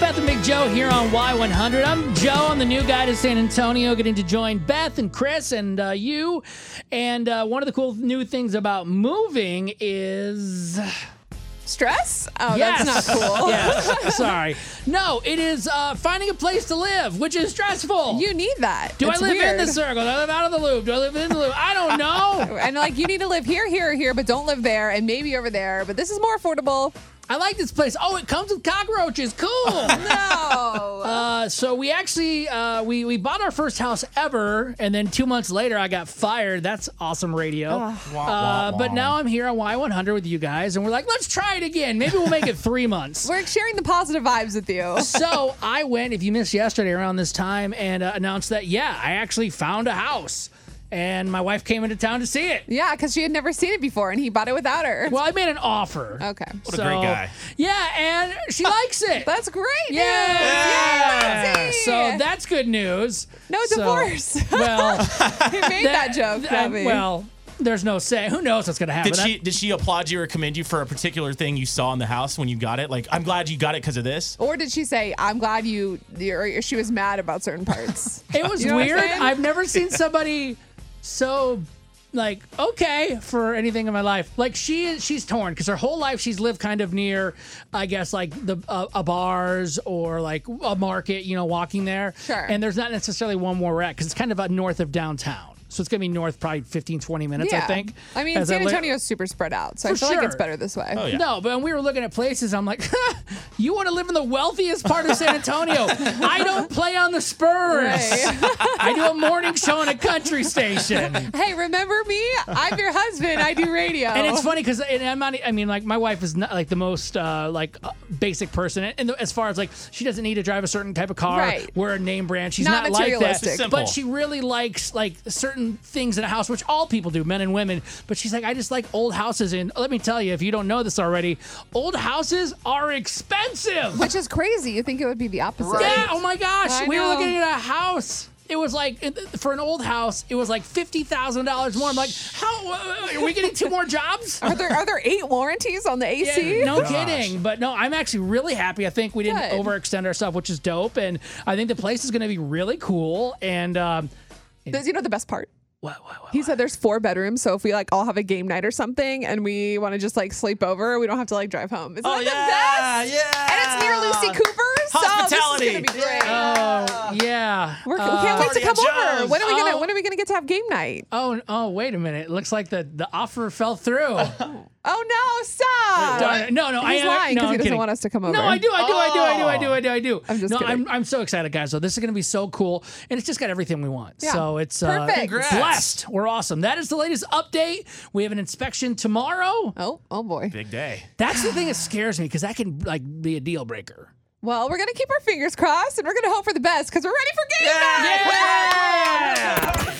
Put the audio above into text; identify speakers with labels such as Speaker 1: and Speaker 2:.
Speaker 1: Beth and Big Joe here on Y100. I'm Joe. I'm the new guy to San Antonio, getting to join Beth and Chris and uh, you. And uh, one of the cool new things about moving is.
Speaker 2: Stress? Oh,
Speaker 1: Yes.
Speaker 2: that's not cool.
Speaker 1: yes. Sorry. No, it is uh, finding a place to live, which is stressful.
Speaker 2: You need that.
Speaker 1: Do
Speaker 2: It's
Speaker 1: I live in
Speaker 2: weird.
Speaker 1: the circle? Do I live out of the loop? Do I live in the loop? I don't know.
Speaker 2: And like, you need to live here, here, here, but don't live there, and maybe over there. But this is more affordable.
Speaker 1: I like this place. Oh, it comes with cockroaches. Cool.
Speaker 2: No.
Speaker 1: Uh, so we actually uh, we we bought our first house ever, and then two months later I got fired. That's awesome radio.
Speaker 2: Oh.
Speaker 1: Uh, but now I'm here on Y100 with you guys, and we're like, let's try it again. Maybe we'll make it three months.
Speaker 2: We're sharing the positive vibes with you.
Speaker 1: so I went. If you missed yesterday around this time, and uh, announced that yeah, I actually found a house, and my wife came into town to see it.
Speaker 2: Yeah, because she had never seen it before, and he bought it without her.
Speaker 1: Well, I made an offer.
Speaker 2: okay.
Speaker 1: What a great guy. Yeah, and she likes it.
Speaker 2: That's great.
Speaker 1: Yeah.
Speaker 2: Yeah.
Speaker 1: So that's good news.
Speaker 2: No
Speaker 1: So-
Speaker 2: divorce.
Speaker 1: well,
Speaker 2: He made that, joke,
Speaker 1: I-
Speaker 2: Bobby.
Speaker 1: uh, well, there's no say. Who knows what's going to happen?
Speaker 3: Did she did she applaud you or commend you for a particular thing you saw in the house when you got it? Like, I'm glad you got it because of this.
Speaker 2: Or did she say, I'm glad you, or she was mad about certain parts?
Speaker 1: it was
Speaker 2: You know what I'm
Speaker 1: weird.
Speaker 2: saying?
Speaker 1: I've never seen somebody so like okay for anything in my life. Like she is, she's torn because her whole life she's lived kind of near, I guess like the uh, a bars or like a market. You know, walking there.
Speaker 2: Sure.
Speaker 1: And there's not necessarily one more we because it's kind of uh, north of downtown. So it's gonna be north probably 15, 20 minutes, I think.
Speaker 2: I mean,
Speaker 1: as
Speaker 2: San
Speaker 1: li-
Speaker 2: Antonio's super spread out, so I
Speaker 1: For
Speaker 2: feel like it's
Speaker 1: sure.
Speaker 2: better this way.
Speaker 3: Oh, yeah.
Speaker 1: No, but when we were looking at places, I'm like, you want to live in the wealthiest part of San Antonio. I don't play on the Spurs.
Speaker 2: Right.
Speaker 1: I do a morning show on a country station.
Speaker 2: hey, remember me? I'm your husband. I do radio.
Speaker 1: And it's funny because I'm not. e, I mean, like my wife is not like the most uh, like uh, basic person, and as far as like she doesn't need to drive a certain type of car,
Speaker 2: Right.
Speaker 1: wear a name brand. She's not,
Speaker 2: Not
Speaker 1: like that.
Speaker 2: materialistic. It's
Speaker 3: simple.
Speaker 1: But she really likes like certain things in a house, which all people do, men and women. But she's like, I just like old houses, and let me tell you, if you don't know this already, old houses are expensive.
Speaker 2: Which is crazy. You think it would be the opposite.
Speaker 1: Yeah. Oh my gosh.
Speaker 2: I
Speaker 1: we were
Speaker 2: know.
Speaker 1: looking at a house. It was like for an old house. It was like fifty thousand dollars more. I'm like, how uh, are we getting two more jobs?
Speaker 2: Are there are there eight warranties on the AC?
Speaker 1: Yeah, no kidding. But no, I'm actually really happy. I think we didn't
Speaker 2: Good.
Speaker 1: overextend ourselves, which is dope. And I think the place is going to be really cool. And um,
Speaker 2: Th- You know the best part.
Speaker 1: wow, wow, wow.
Speaker 2: He said there's four bedrooms, so if we like all have a game night or something, and we want to just like sleep over, we don't have to like drive home.
Speaker 1: Oh,
Speaker 2: Isn't that the best?
Speaker 3: yeah.
Speaker 2: And it's near Lucy Cooper, so this is
Speaker 3: Hospitality.
Speaker 2: gonna be great.
Speaker 1: oh yeah.
Speaker 2: We're, we
Speaker 1: Uh,
Speaker 2: can't wait to come
Speaker 3: Party at
Speaker 2: over.
Speaker 3: Joe's.
Speaker 2: When are we gonna
Speaker 1: Oh.
Speaker 2: When are we gonna get to have game night?
Speaker 1: oh oh wait a minute. It looks like the the offer fell through.
Speaker 2: Oh no! Stop.
Speaker 1: Darn it. No, no,
Speaker 2: He's
Speaker 1: I am
Speaker 2: lying
Speaker 1: no, I'm
Speaker 2: because he doesn't
Speaker 1: kidding.
Speaker 2: want us to come over. Oh.
Speaker 1: No, I do, I do, I do, I do, I do, I do, I do.
Speaker 2: I'm just
Speaker 1: no, I'm,
Speaker 2: kidding.
Speaker 1: I'm so excited, guys. Though this is going to be so cool, and it's just got everything we want.
Speaker 2: Yeah.
Speaker 1: So it's uh,
Speaker 2: Perfect.
Speaker 1: Congrats. blessed. We're awesome. That is the latest update. We have an inspection tomorrow.
Speaker 2: Oh, oh boy.
Speaker 3: Big day.
Speaker 1: That's the thing that scares me because that can like be a deal breaker.
Speaker 2: Well, we're gonna keep our fingers crossed and we're gonna hope for the best because we're ready for game night.
Speaker 1: Yeah!